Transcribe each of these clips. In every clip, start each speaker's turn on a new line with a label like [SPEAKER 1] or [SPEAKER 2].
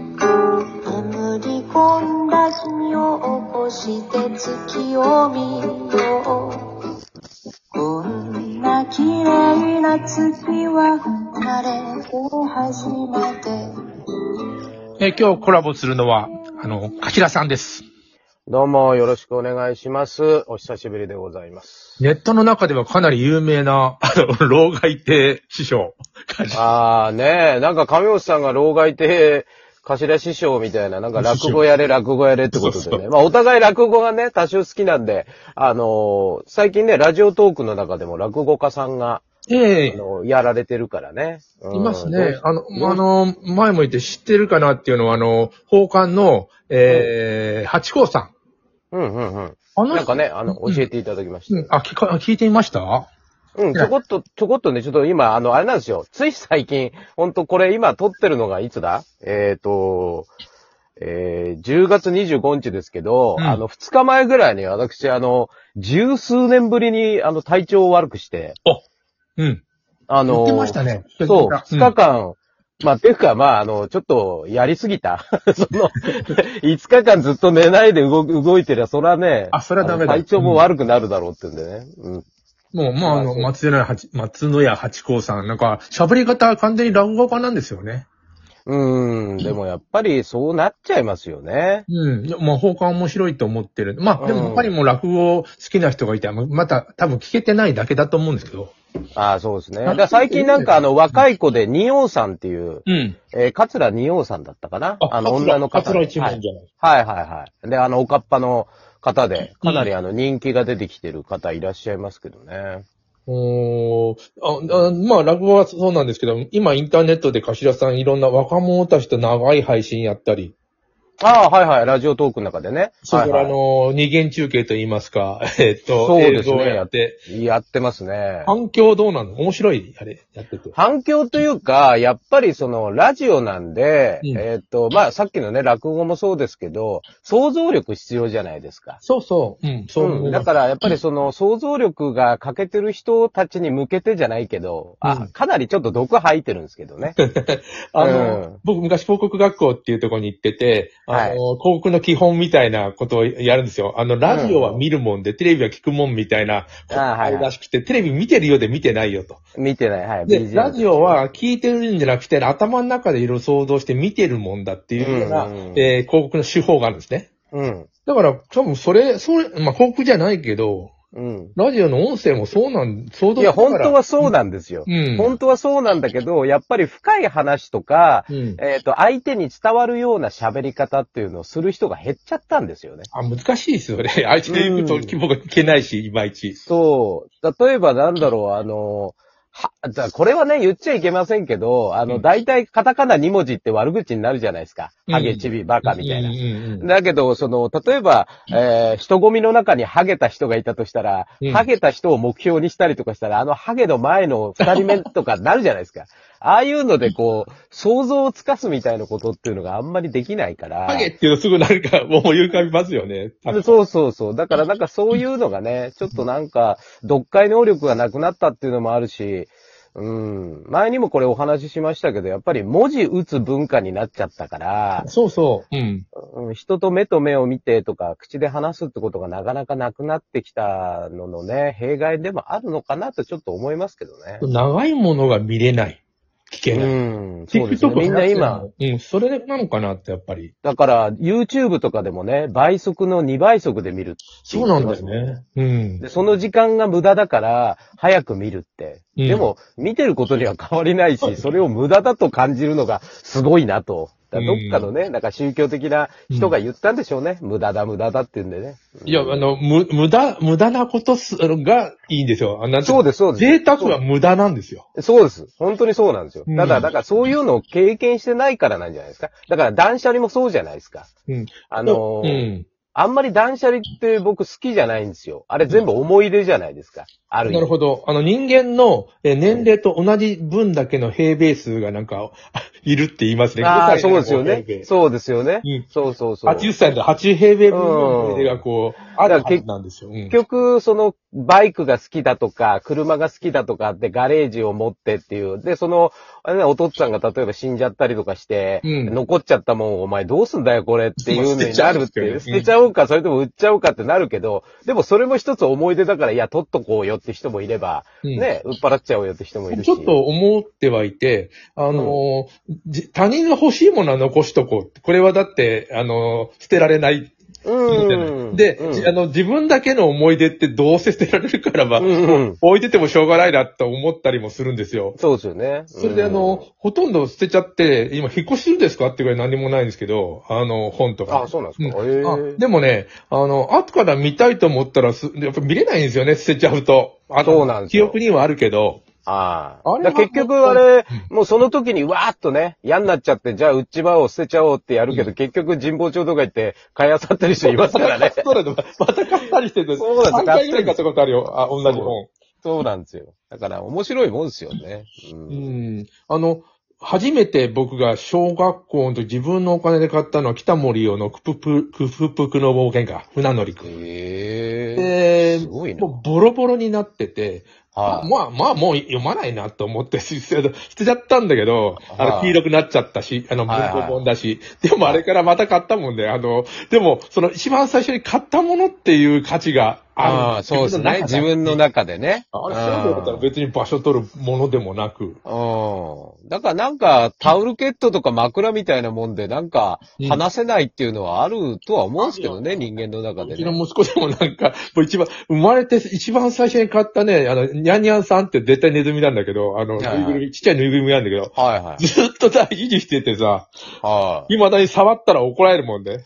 [SPEAKER 1] 眠り込んだ君を起こして月を見ようこんな綺麗な月は生まれて初めて
[SPEAKER 2] えー今日コラボするのは、あの、かきらさんです。
[SPEAKER 3] どうもよろしくお願いします。お久しぶりでございます。
[SPEAKER 2] ネットの中ではかなり有名な、あの、老害亭師匠。
[SPEAKER 3] あーねえ、なんか亀本さんが老害亭、頭師匠みたいな、なんか落語やれ、落語やれってことでね。
[SPEAKER 2] そうそう
[SPEAKER 3] まあお互い落語がね、多少好きなんで、あのー最近ね、ラジオトークの中でも落語家さんが、
[SPEAKER 2] え
[SPEAKER 3] あのやられてるからね。うん
[SPEAKER 2] いますね。。あの、あの、前も言って知ってるかなっていうのは、あの、宝冠の、えー、八甲さん。
[SPEAKER 3] うんうんうん。
[SPEAKER 2] あの
[SPEAKER 3] なんか
[SPEAKER 2] 人、
[SPEAKER 3] ね、あの、教えていただきました。
[SPEAKER 2] うんあ、聞か、聞いてみました
[SPEAKER 3] うん、ちょこっと、ちょこっとね、ちょっと今、あの、あれなんですよ。つい最近、ほんとこれ今撮ってるのがいつだえっ、と、えー、10月25日ですけど、
[SPEAKER 2] うん
[SPEAKER 3] あの、2日前ぐらいに私、あの、十数年ぶりに、あの、体調を悪くして、
[SPEAKER 2] うん。
[SPEAKER 3] あ
[SPEAKER 2] 言
[SPEAKER 3] の、
[SPEAKER 2] ってましたね。
[SPEAKER 3] そう、
[SPEAKER 2] 聞
[SPEAKER 3] 2
[SPEAKER 2] い
[SPEAKER 3] 日
[SPEAKER 2] た
[SPEAKER 3] 間、まあ、ていうか、まあ、あの、ちょっと、やりすぎた。 その、5日間ずっと寝ないで動く動いてりゃ、そらね、
[SPEAKER 2] あそらダメだ
[SPEAKER 3] あの体調も悪くなるだろうってんでね。うん。
[SPEAKER 2] うんもう、まあ、あの、松野屋八、松野屋八甲さん。なんか、喋り方は完全に落語家なんですよね。
[SPEAKER 3] うーん、でもやっぱりそうなっちゃいますよね。
[SPEAKER 2] うん。いやまあ、放課面白いと思ってる。まあ、で
[SPEAKER 3] う
[SPEAKER 2] も、
[SPEAKER 3] ん
[SPEAKER 2] 他にも落語好きな人がいて、また、多分聞けてないだけだと思うんですけど。
[SPEAKER 3] ああ、そうですね。だから最近なんかあの若い子で二王さんっていう、
[SPEAKER 2] うん。
[SPEAKER 3] えー、桂二王さんだったかなあの女の方で。
[SPEAKER 2] 桂一
[SPEAKER 3] は
[SPEAKER 2] 門
[SPEAKER 3] い
[SPEAKER 2] じゃない。
[SPEAKER 3] はいはいはい。で、あの、おかっぱの方で、かなりあの人気が出てきてる方いらっしゃいますけどね。
[SPEAKER 2] おーああまあ、落語はそうなんですけど、今インターネットで頭さんいろんな若者たちと長い配信やったり、
[SPEAKER 3] ああ、はいはい。ラジオトークの中でね。
[SPEAKER 2] それから
[SPEAKER 3] は
[SPEAKER 2] あ
[SPEAKER 3] いはい
[SPEAKER 2] の、二元中継と言いますか、 えっと、
[SPEAKER 3] そうですね
[SPEAKER 2] 映像をやって、
[SPEAKER 3] やってますね。
[SPEAKER 2] 反響どうなの面白い、あれ、やってて。
[SPEAKER 3] 反響というか、やっぱりその、ラジオなんで、
[SPEAKER 2] うん
[SPEAKER 3] えーっと、まあ、さっきのね、落語もそうですけど、想像力必要じゃないですか。
[SPEAKER 2] そうそう。うん、そう思います、
[SPEAKER 3] ん、だからやっぱりその想像力が欠けてる人たちに向けてじゃないけど、
[SPEAKER 2] うん
[SPEAKER 3] あ、かなりちょっと毒吐いてるんですけどね。
[SPEAKER 2] あの、
[SPEAKER 3] うん
[SPEAKER 2] 僕昔広告学校っていうところに行ってて、あの、
[SPEAKER 3] はい
[SPEAKER 2] 広告の基本みたいなことをやるんですよ。あの、ラジオは見るもんで、テレビは聞くもんみたいな、
[SPEAKER 3] あーはいはい
[SPEAKER 2] あるらしくて、テレビ見てるようで見てないよと。
[SPEAKER 3] 見てない、はい。
[SPEAKER 2] で、
[SPEAKER 3] BGM
[SPEAKER 2] ラジオ、は聞いてるんじゃなくて、頭の中でいろいろ想像して見てるもんだっていうような、
[SPEAKER 3] うんうんうん
[SPEAKER 2] えー広告の手法があるんですね。
[SPEAKER 3] うん。
[SPEAKER 2] だから、多分それ、それ、まあ、広告じゃないけど、
[SPEAKER 3] うん。
[SPEAKER 2] ラジオの音声もそうなん、想像
[SPEAKER 3] いや、本当は
[SPEAKER 2] そ
[SPEAKER 3] そうなんですよ。
[SPEAKER 2] うん。
[SPEAKER 3] 本当はそうなんだけど、やっぱり深い話とか、
[SPEAKER 2] うん。
[SPEAKER 3] えーっと、相手に伝わるような喋り方っていうのをする人が減っちゃったんですよね。
[SPEAKER 2] あ、難しいですよね。 あいつで行くと規模がいけないし、いまいち。
[SPEAKER 3] そう。例えばなんだろう、あの、は、じゃあこれはね、言っちゃいけませんけど、あ
[SPEAKER 2] う
[SPEAKER 3] の、
[SPEAKER 2] ん
[SPEAKER 3] 大体カタカナ2文字って悪口になるじゃないですか。
[SPEAKER 2] うん
[SPEAKER 3] ハゲ、チビ、バカみたいな
[SPEAKER 2] うん。うんうん
[SPEAKER 3] だけど、その、例えば、えー人混みの中にハゲた人がいたとしたら、
[SPEAKER 2] うん
[SPEAKER 3] ハゲた人を目標にしたりとかしたら、あのハゲの前の二人目とかなるじゃないですか。ああいうので、こう、想像をつかすみたいなことっていうのがあんまりできないから。
[SPEAKER 2] ハゲっていうとすぐなん か、もう思い浮かびますよね。
[SPEAKER 3] そうそうそう。だからなんかそういうのがね、ちょっとなんか、読解能力がなくなったっていうのもあるし、うん。前にもこれお話ししましたけど、やっぱり文字打つ文化になっちゃったから、
[SPEAKER 2] そうそう。うん。
[SPEAKER 3] うん人と目と目を見てとか、口で話すってことがなかなかなくなってきたののね、弊害でもあるのかなとちょっと思いますけどね。
[SPEAKER 2] 長いものが見れない。聞け
[SPEAKER 3] う
[SPEAKER 2] ない。
[SPEAKER 3] ん。そうですね。みんな今、。
[SPEAKER 2] うん、それなのかなって、やっぱり。
[SPEAKER 3] だから YouTube とかでもね、倍速の2倍速で見るって言
[SPEAKER 2] そ
[SPEAKER 3] っ
[SPEAKER 2] う
[SPEAKER 3] てま
[SPEAKER 2] な
[SPEAKER 3] す
[SPEAKER 2] ん
[SPEAKER 3] も
[SPEAKER 2] だ
[SPEAKER 3] ん
[SPEAKER 2] よね。うん
[SPEAKER 3] で、。その時間が無駄だから、早く見るって。
[SPEAKER 2] うん
[SPEAKER 3] でも、見てることには変わりないし、それを無駄だと感じるのがすごいなと。だからどっかのね、なんか宗教的な人が言ったんでしょうね。無駄だ、無駄だって言うんでね。
[SPEAKER 2] いや、あの、む、無駄、無駄なことす、がいいんですよ。あなんてい
[SPEAKER 3] そうです、そうです。
[SPEAKER 2] 贅沢は無駄なんですよ。
[SPEAKER 3] そうです。本当にそうなんですよ
[SPEAKER 2] う。ん
[SPEAKER 3] ただ、だからそういうのを経験してないからなんじゃないですか。だから断捨離もそうじゃないですか。
[SPEAKER 2] うん。
[SPEAKER 3] あのー
[SPEAKER 2] うん。
[SPEAKER 3] あんまり断捨離って僕好きじゃないんですよ。あれ全部思い出じゃないですか。ある意味
[SPEAKER 2] なるほど。あの人間のえー年齢と同じ分だけの平米数がなんか、あいるって言いますね。
[SPEAKER 3] ああ、
[SPEAKER 2] 5
[SPEAKER 3] そうですよ
[SPEAKER 2] 平米
[SPEAKER 3] ね。そうですよね。
[SPEAKER 2] うん
[SPEAKER 3] そうそうそう。
[SPEAKER 2] 80歳で8平米分の平米がこう、あるは
[SPEAKER 3] だから
[SPEAKER 2] ず
[SPEAKER 3] 結
[SPEAKER 2] なんですよ。うん
[SPEAKER 3] 結局、その、バイクが好きだとか、車が好きだとかって、ガレージを持ってっていう。で、その、あれね、お父さんが例えば死んじゃったりとかして、
[SPEAKER 2] うん
[SPEAKER 3] 残っちゃったもん、お前どうすんだよ、これっていうのになるっていう。
[SPEAKER 2] 捨
[SPEAKER 3] 捨
[SPEAKER 2] て
[SPEAKER 3] て
[SPEAKER 2] ち
[SPEAKER 3] ちゃおうか、それとも売っちゃおうかってなるけど、でもそれも一つ思い出だから、いや、取っとこうよって人もいれば、
[SPEAKER 2] うん
[SPEAKER 3] ね、売っ払っちゃおうよって人もいるし。
[SPEAKER 2] ちょっと思ってはいて、あの、じ他人が欲しいものは残しとこうって。これはだって、あの、捨てられない。
[SPEAKER 3] うん。
[SPEAKER 2] で、
[SPEAKER 3] うん
[SPEAKER 2] じあの、自分だけの思い出ってどうせ捨てられるからば、
[SPEAKER 3] うんうん
[SPEAKER 2] 置いててもしょうがないなと思ったりもするんですよ。
[SPEAKER 3] そうですよね。
[SPEAKER 2] それであ
[SPEAKER 3] うん
[SPEAKER 2] の、、ほとんど捨てちゃって、今引っ越しするんですかってぐらい何もないんですけど、あの、本とか。
[SPEAKER 3] あ、そうなん
[SPEAKER 2] う
[SPEAKER 3] で
[SPEAKER 2] ん
[SPEAKER 3] すか。へえ
[SPEAKER 2] あでもね、あの、後から見たいと思ったらす、やっぱ見れないんですよね、捨てちゃうと。あと
[SPEAKER 3] そうなんです
[SPEAKER 2] 記
[SPEAKER 3] よ
[SPEAKER 2] 憶にはあるけど。あ
[SPEAKER 3] ああ。
[SPEAKER 2] れ
[SPEAKER 3] だ
[SPEAKER 2] は。
[SPEAKER 3] から結局あれ、もうその時にわーっとね、嫌になっちゃって、じゃあうっちばおう捨てちゃおうってやるけど、結局神保町とか行って買い漁ったりしていますからね
[SPEAKER 2] そうなんです。 また買ったりしてるんです。
[SPEAKER 3] そうなんです
[SPEAKER 2] 3回ぐらい買ったことあるよ。あ、同じ本。
[SPEAKER 3] そうなんですよ。だから面白いもんですよね。う。
[SPEAKER 2] うんん。あの、初めて僕が小学校の時自分のお金で買ったのは北森洋のクププ、クププクの冒険か、船乗りくん。
[SPEAKER 3] へえ。
[SPEAKER 2] で、
[SPEAKER 3] すごいな
[SPEAKER 2] も。うボロボロになってて、
[SPEAKER 3] はい。
[SPEAKER 2] まあまあもう読まないなと思って捨て捨てちゃったんだけど、あ
[SPEAKER 3] は
[SPEAKER 2] の
[SPEAKER 3] い
[SPEAKER 2] 黄色くなっちゃったし、あの文
[SPEAKER 3] はいはい
[SPEAKER 2] 庫本だし、でもあれからまた買ったもんで、あの、でもその一番最初に買ったものっていう価値が
[SPEAKER 3] あ
[SPEAKER 2] ある
[SPEAKER 3] あ、そうですね。
[SPEAKER 2] 自
[SPEAKER 3] 自
[SPEAKER 2] 分の中
[SPEAKER 3] 分の中でね。
[SPEAKER 2] あれ、調べたら別に場所取るものでもなく。
[SPEAKER 3] うん。だからなんか、タオルケットとか枕みたいなもんで、なんか
[SPEAKER 2] うん、
[SPEAKER 3] 話せないっていうのはあるとは思うんですけどね、人間の中
[SPEAKER 2] う
[SPEAKER 3] で
[SPEAKER 2] ちの
[SPEAKER 3] ね。
[SPEAKER 2] 息子でもなんか、もう一番、生まれて一番最初に買ったね、あの、ニャンニャンさんって絶対ネズミなんだけど、あの、
[SPEAKER 3] はい
[SPEAKER 2] ぬ
[SPEAKER 3] はい
[SPEAKER 2] いぐるみ、ちっちゃいぬいぐるみなんだけど、
[SPEAKER 3] はいはい。
[SPEAKER 2] ずっとさ、維持しててさ、
[SPEAKER 3] はい。
[SPEAKER 2] 未だに触ったら怒られるもんで。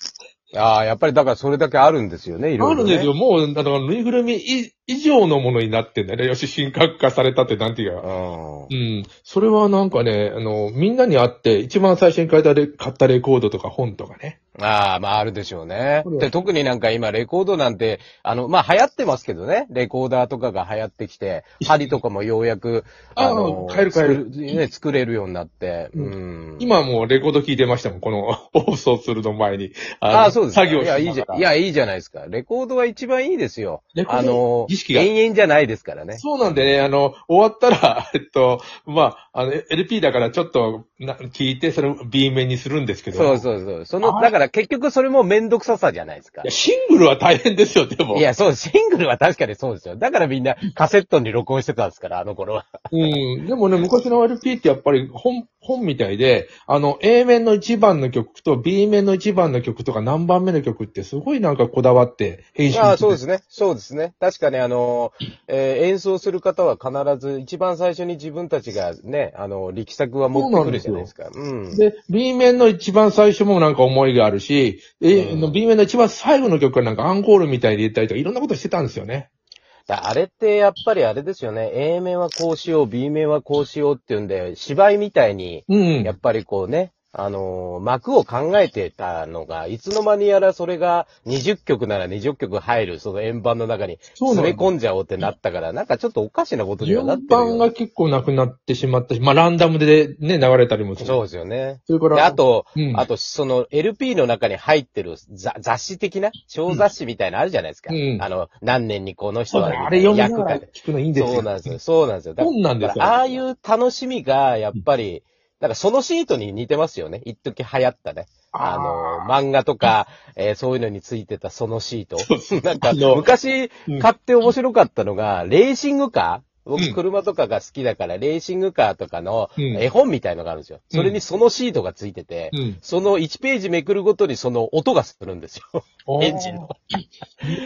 [SPEAKER 3] ああ、やっぱりだからそれだけあるんですよね、いろ
[SPEAKER 2] あ
[SPEAKER 3] いろ、ね。
[SPEAKER 2] るんですよ。。もう、だから、ぬいぐるみ以以上のものになってんだよね。よし、神格化されたってなんていうか。う。
[SPEAKER 3] うん
[SPEAKER 2] それはなんかね、あの、みんなに会って、一番最初に買ったレ買ったレコードとか本とかね。
[SPEAKER 3] ん。ああ、まああるでしょうね
[SPEAKER 2] これ。は
[SPEAKER 3] で、特になんか今レコードなんて、あの、まあ流行ってますけどね、レコーダーとかが流行ってきて、針とかもようやく、
[SPEAKER 2] ああ
[SPEAKER 3] の、
[SPEAKER 2] 買える買える
[SPEAKER 3] 作ね、作れるようになって。
[SPEAKER 2] う
[SPEAKER 3] うん。
[SPEAKER 2] 今もうレコード聞いてましたもん、この 放送するの前に。の
[SPEAKER 3] ああ、そうですか。
[SPEAKER 2] 作業
[SPEAKER 3] いや、いいじゃ、い
[SPEAKER 2] や、
[SPEAKER 3] や、いいじゃないですか。レコードは一番いいですよ。
[SPEAKER 2] レコード
[SPEAKER 3] あの、
[SPEAKER 2] 儀式が
[SPEAKER 3] 延々じゃないですからね。
[SPEAKER 2] そうなんでね、あの、終わったら、 えっと、まあ、あの、LP だからちょっとな聞いて、それを B 面にするんですけど。
[SPEAKER 3] そう
[SPEAKER 2] う。
[SPEAKER 3] そうそう。その、だから結局それもめんどくささじゃないですか
[SPEAKER 2] いや、。シングルは大変ですよ、でも。
[SPEAKER 3] いや、そう、シングルは確かにそうですよ。だからみんなカセットに録音してたんですから、あの頃は。
[SPEAKER 2] うん。でもね、昔の LP ってやっぱり本、本みたいで、あの、A 面の1番の曲と B 面の1番の曲とか何番目の曲ってすごいなんかこだわって編集。
[SPEAKER 3] ああ、そうですすね。そうですね。確かにあの、えー演奏する方は必ず一番最初に自分たちがね、あの、力作は持ってくるじゃないですか。うん
[SPEAKER 2] で、B 面の一番最初もなんか思いがあるし、A
[SPEAKER 3] うん
[SPEAKER 2] の B 面の一番最後の曲はなんかアンコールみたいで言ったりとかいろんなことしてたんですよね。
[SPEAKER 3] だあれってやっぱりあれですよね。A 面はこうしよう、B 面はこうしようっていうんで、芝居みたいに、
[SPEAKER 2] うん
[SPEAKER 3] やっぱりこうね、あのー幕を考えてたのが、いつの間にやらそれが20曲なら20曲入る、その円盤の中に
[SPEAKER 2] そうな
[SPEAKER 3] 詰
[SPEAKER 2] の
[SPEAKER 3] め込んじゃおうってなったから、なんかちょっとおかしなことにはなっ
[SPEAKER 2] 順
[SPEAKER 3] てる
[SPEAKER 2] 番が
[SPEAKER 3] よ。
[SPEAKER 2] 結構なくなってしまったし、まあランダムでね、流れたりもする。
[SPEAKER 3] そうですよね。
[SPEAKER 2] それか
[SPEAKER 3] で、
[SPEAKER 2] ら、
[SPEAKER 3] あと、
[SPEAKER 2] うん
[SPEAKER 3] あと、その LP の中に入ってるざ雑誌的な、小雑誌みたいなのあるじゃないですか。
[SPEAKER 2] うん
[SPEAKER 3] あの、何年にこの人
[SPEAKER 2] そう
[SPEAKER 3] は
[SPEAKER 2] だあれ読みな
[SPEAKER 3] 役
[SPEAKER 2] がら
[SPEAKER 3] が。
[SPEAKER 2] 聞くのいいんですよ。
[SPEAKER 3] そうなんですよ。そうなんですよ。だ
[SPEAKER 2] 本なんですよ
[SPEAKER 3] だからああいう楽しみが、やっぱり、なんかそのシートに似てますよね。一時流行ったね。あの、漫画とか、えーそういうのについてたそのシート。なん
[SPEAKER 2] あ
[SPEAKER 3] か、
[SPEAKER 2] の
[SPEAKER 3] 昔
[SPEAKER 2] うん
[SPEAKER 3] 買って面白かったのが、レーシングカー
[SPEAKER 2] う
[SPEAKER 3] 僕、
[SPEAKER 2] ん
[SPEAKER 3] 車とかが好きだから、レーシングカーとかの
[SPEAKER 2] うん
[SPEAKER 3] 絵本みたいのがあるんですよ。
[SPEAKER 2] うん
[SPEAKER 3] それにそのシートがついてて、
[SPEAKER 2] うん
[SPEAKER 3] その1ページめくるごとにその音がするんですよ。エンジンの。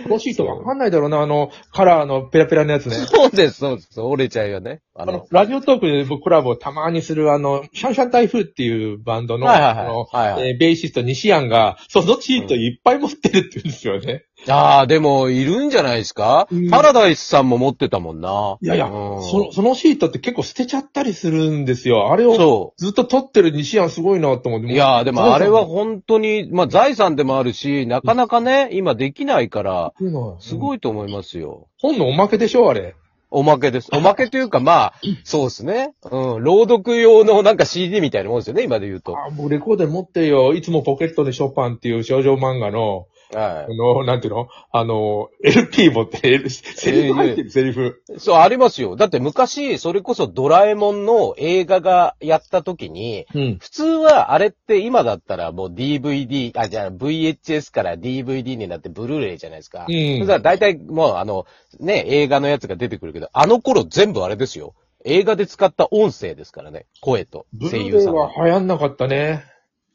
[SPEAKER 2] 欲しいとわかんないだろうな、あの、カラーのペラペラのやつね。
[SPEAKER 3] そうです、そうです。折れちゃうよね。あ
[SPEAKER 2] あ
[SPEAKER 3] の
[SPEAKER 2] の、、ラジオトークで僕コラボをたまにする、あの、シャンシャン台風っていうバンドの、
[SPEAKER 3] はいはいはい
[SPEAKER 2] あの
[SPEAKER 3] はいはい
[SPEAKER 2] えーベーシスト西安が、そのチートいっぱい持ってるって言うんですよね。
[SPEAKER 3] ああ、でも、いるんじゃないですか、
[SPEAKER 2] うん
[SPEAKER 3] パラダイスさんも持ってたもんな。
[SPEAKER 2] いやいや、
[SPEAKER 3] うん
[SPEAKER 2] そそのシートって結構捨てちゃったりするんですよ。あれを
[SPEAKER 3] そ
[SPEAKER 2] ずっと撮ってる西庵すごいなと思っ
[SPEAKER 3] う。
[SPEAKER 2] て。
[SPEAKER 3] いやーでもあれは
[SPEAKER 2] す
[SPEAKER 3] 本当に、まあ財産でもあるし、なかなかね、今できないから、
[SPEAKER 2] ごいな
[SPEAKER 3] す
[SPEAKER 2] い。
[SPEAKER 3] ごいと思いますよ。
[SPEAKER 2] 本のおまけでしょ、あれ。
[SPEAKER 3] おまけです。おまけというか、まあ、そうですね。うん、朗読用のなんか CD みたいなもんですよね、今で言うと。
[SPEAKER 2] あ、僕レコードに持ってるよ。いつもポケットでショパンっていう少女漫画の、
[SPEAKER 3] は
[SPEAKER 2] あの、なんていうのあの、LP 持って、L- セリフ入ってる、セリフ。
[SPEAKER 3] い。そう、ありますよ。だって昔、それこそドラえもんの映画がやった時に、
[SPEAKER 2] うん。
[SPEAKER 3] 普通は、あれって今だったらもう DVD、あ、じゃあ VHS から DVD になってブルーレイじゃないですか。
[SPEAKER 2] うん
[SPEAKER 3] だから大体もうあの、ね、映画のやつが出てくるけど、あの頃全部あれですよ。映画で使った音声ですからね。声と
[SPEAKER 2] ブ
[SPEAKER 3] 声
[SPEAKER 2] ルーレ
[SPEAKER 3] 優
[SPEAKER 2] イ
[SPEAKER 3] さん
[SPEAKER 2] は
[SPEAKER 3] の。
[SPEAKER 2] 流行んなかったね。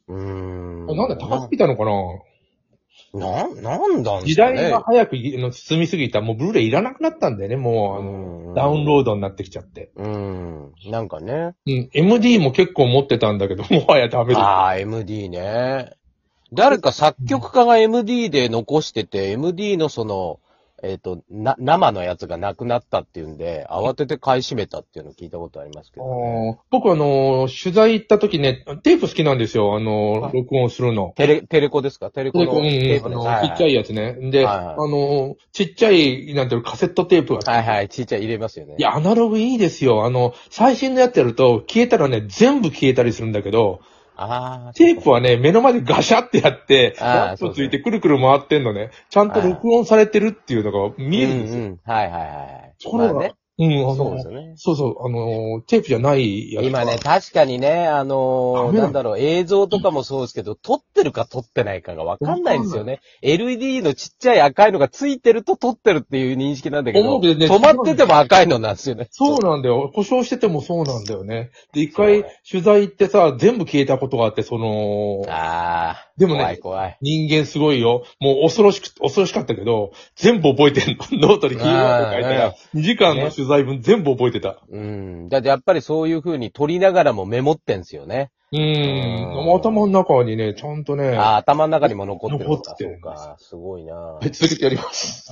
[SPEAKER 3] うーん。
[SPEAKER 2] なんだ、高すぎたのかな
[SPEAKER 3] な、なんなん
[SPEAKER 2] 時
[SPEAKER 3] すか
[SPEAKER 2] 代
[SPEAKER 3] ね
[SPEAKER 2] が。早くあの進みすぎた。もうブルーレイいらなくなったんだよね、もう、あの、
[SPEAKER 3] うん
[SPEAKER 2] ダウンロードになってきちゃって。
[SPEAKER 3] うーん。なんかね。
[SPEAKER 2] うん。MD も結構持ってたんだけど、もはやダメだ。
[SPEAKER 3] ああ、MD ね。誰か作曲家が MD で残してて、MD のその、えっ、と、な、生のやつがなくなったっていうんで、慌てて買い占めたっていうの聞いたことありますけどね。
[SPEAKER 2] あー僕あのー、取材行った時ね、テープ好きなんですよ、あの
[SPEAKER 3] は
[SPEAKER 2] ー、
[SPEAKER 3] い
[SPEAKER 2] 録音するの。
[SPEAKER 3] テレ、テレコですかテレコ
[SPEAKER 2] で
[SPEAKER 3] の
[SPEAKER 2] うんうん
[SPEAKER 3] テープ
[SPEAKER 2] あ
[SPEAKER 3] です。
[SPEAKER 2] の
[SPEAKER 3] はいは
[SPEAKER 2] ち
[SPEAKER 3] い
[SPEAKER 2] っちゃいやつね。で、
[SPEAKER 3] はいはい
[SPEAKER 2] あのー、ちっちゃい、なんていうのカセットテープが。
[SPEAKER 3] はいはい、ちっちゃい入れますよね。
[SPEAKER 2] いや、アナログいいですよ。あの、最新のやつやると、消えたらね、全部消えたりするんだけど、
[SPEAKER 3] ああ、
[SPEAKER 2] テープはね、目の前でガシャってやって、
[SPEAKER 3] あー
[SPEAKER 2] ランプついてくるくる回ってんのね。ちゃんと録音されてるっていうのが見えるんです
[SPEAKER 3] うん
[SPEAKER 2] よ。
[SPEAKER 3] うん。はいはいはい。
[SPEAKER 2] それは
[SPEAKER 3] まあね。
[SPEAKER 2] うん、あの、
[SPEAKER 3] そうですよね。
[SPEAKER 2] そうそう、あのー、テープじゃないやつ。
[SPEAKER 3] 今ね、確かにね、あ
[SPEAKER 2] ダ
[SPEAKER 3] のー
[SPEAKER 2] メだ
[SPEAKER 3] なんだろう、映像とかもそうですけど、撮ってるか撮ってないかがわかんないんですよね。LED のちっちゃい赤いのがついてると撮ってるっていう認識なんだけ
[SPEAKER 2] 思
[SPEAKER 3] ど、
[SPEAKER 2] うけどね
[SPEAKER 3] 止まってても赤いのなんですよね。。
[SPEAKER 2] そううなんだよ。故障しててもそうなんだよね。で、一
[SPEAKER 3] そう
[SPEAKER 2] 回
[SPEAKER 3] ね
[SPEAKER 2] 取材行ってさ、全部消えたことがあって、その、
[SPEAKER 3] ああ。
[SPEAKER 2] でもね
[SPEAKER 3] 怖い怖い。
[SPEAKER 2] 人間すごいよ。もう恐ろしく、恐ろしかったけど、全部覚えてんの。 ノートにキーワード書いたら、2時間の取材分全部覚えてた。
[SPEAKER 3] うん。だってやっぱりそういう風に撮りながらもメモってんすよね。
[SPEAKER 2] うーん。
[SPEAKER 3] うん
[SPEAKER 2] 頭の中にね、ちゃんとね、
[SPEAKER 3] ああ、頭の中にも残ってるの
[SPEAKER 2] 残
[SPEAKER 3] か
[SPEAKER 2] っ。て
[SPEAKER 3] そ
[SPEAKER 2] る
[SPEAKER 3] うか。すごいな
[SPEAKER 2] はい続けてやります。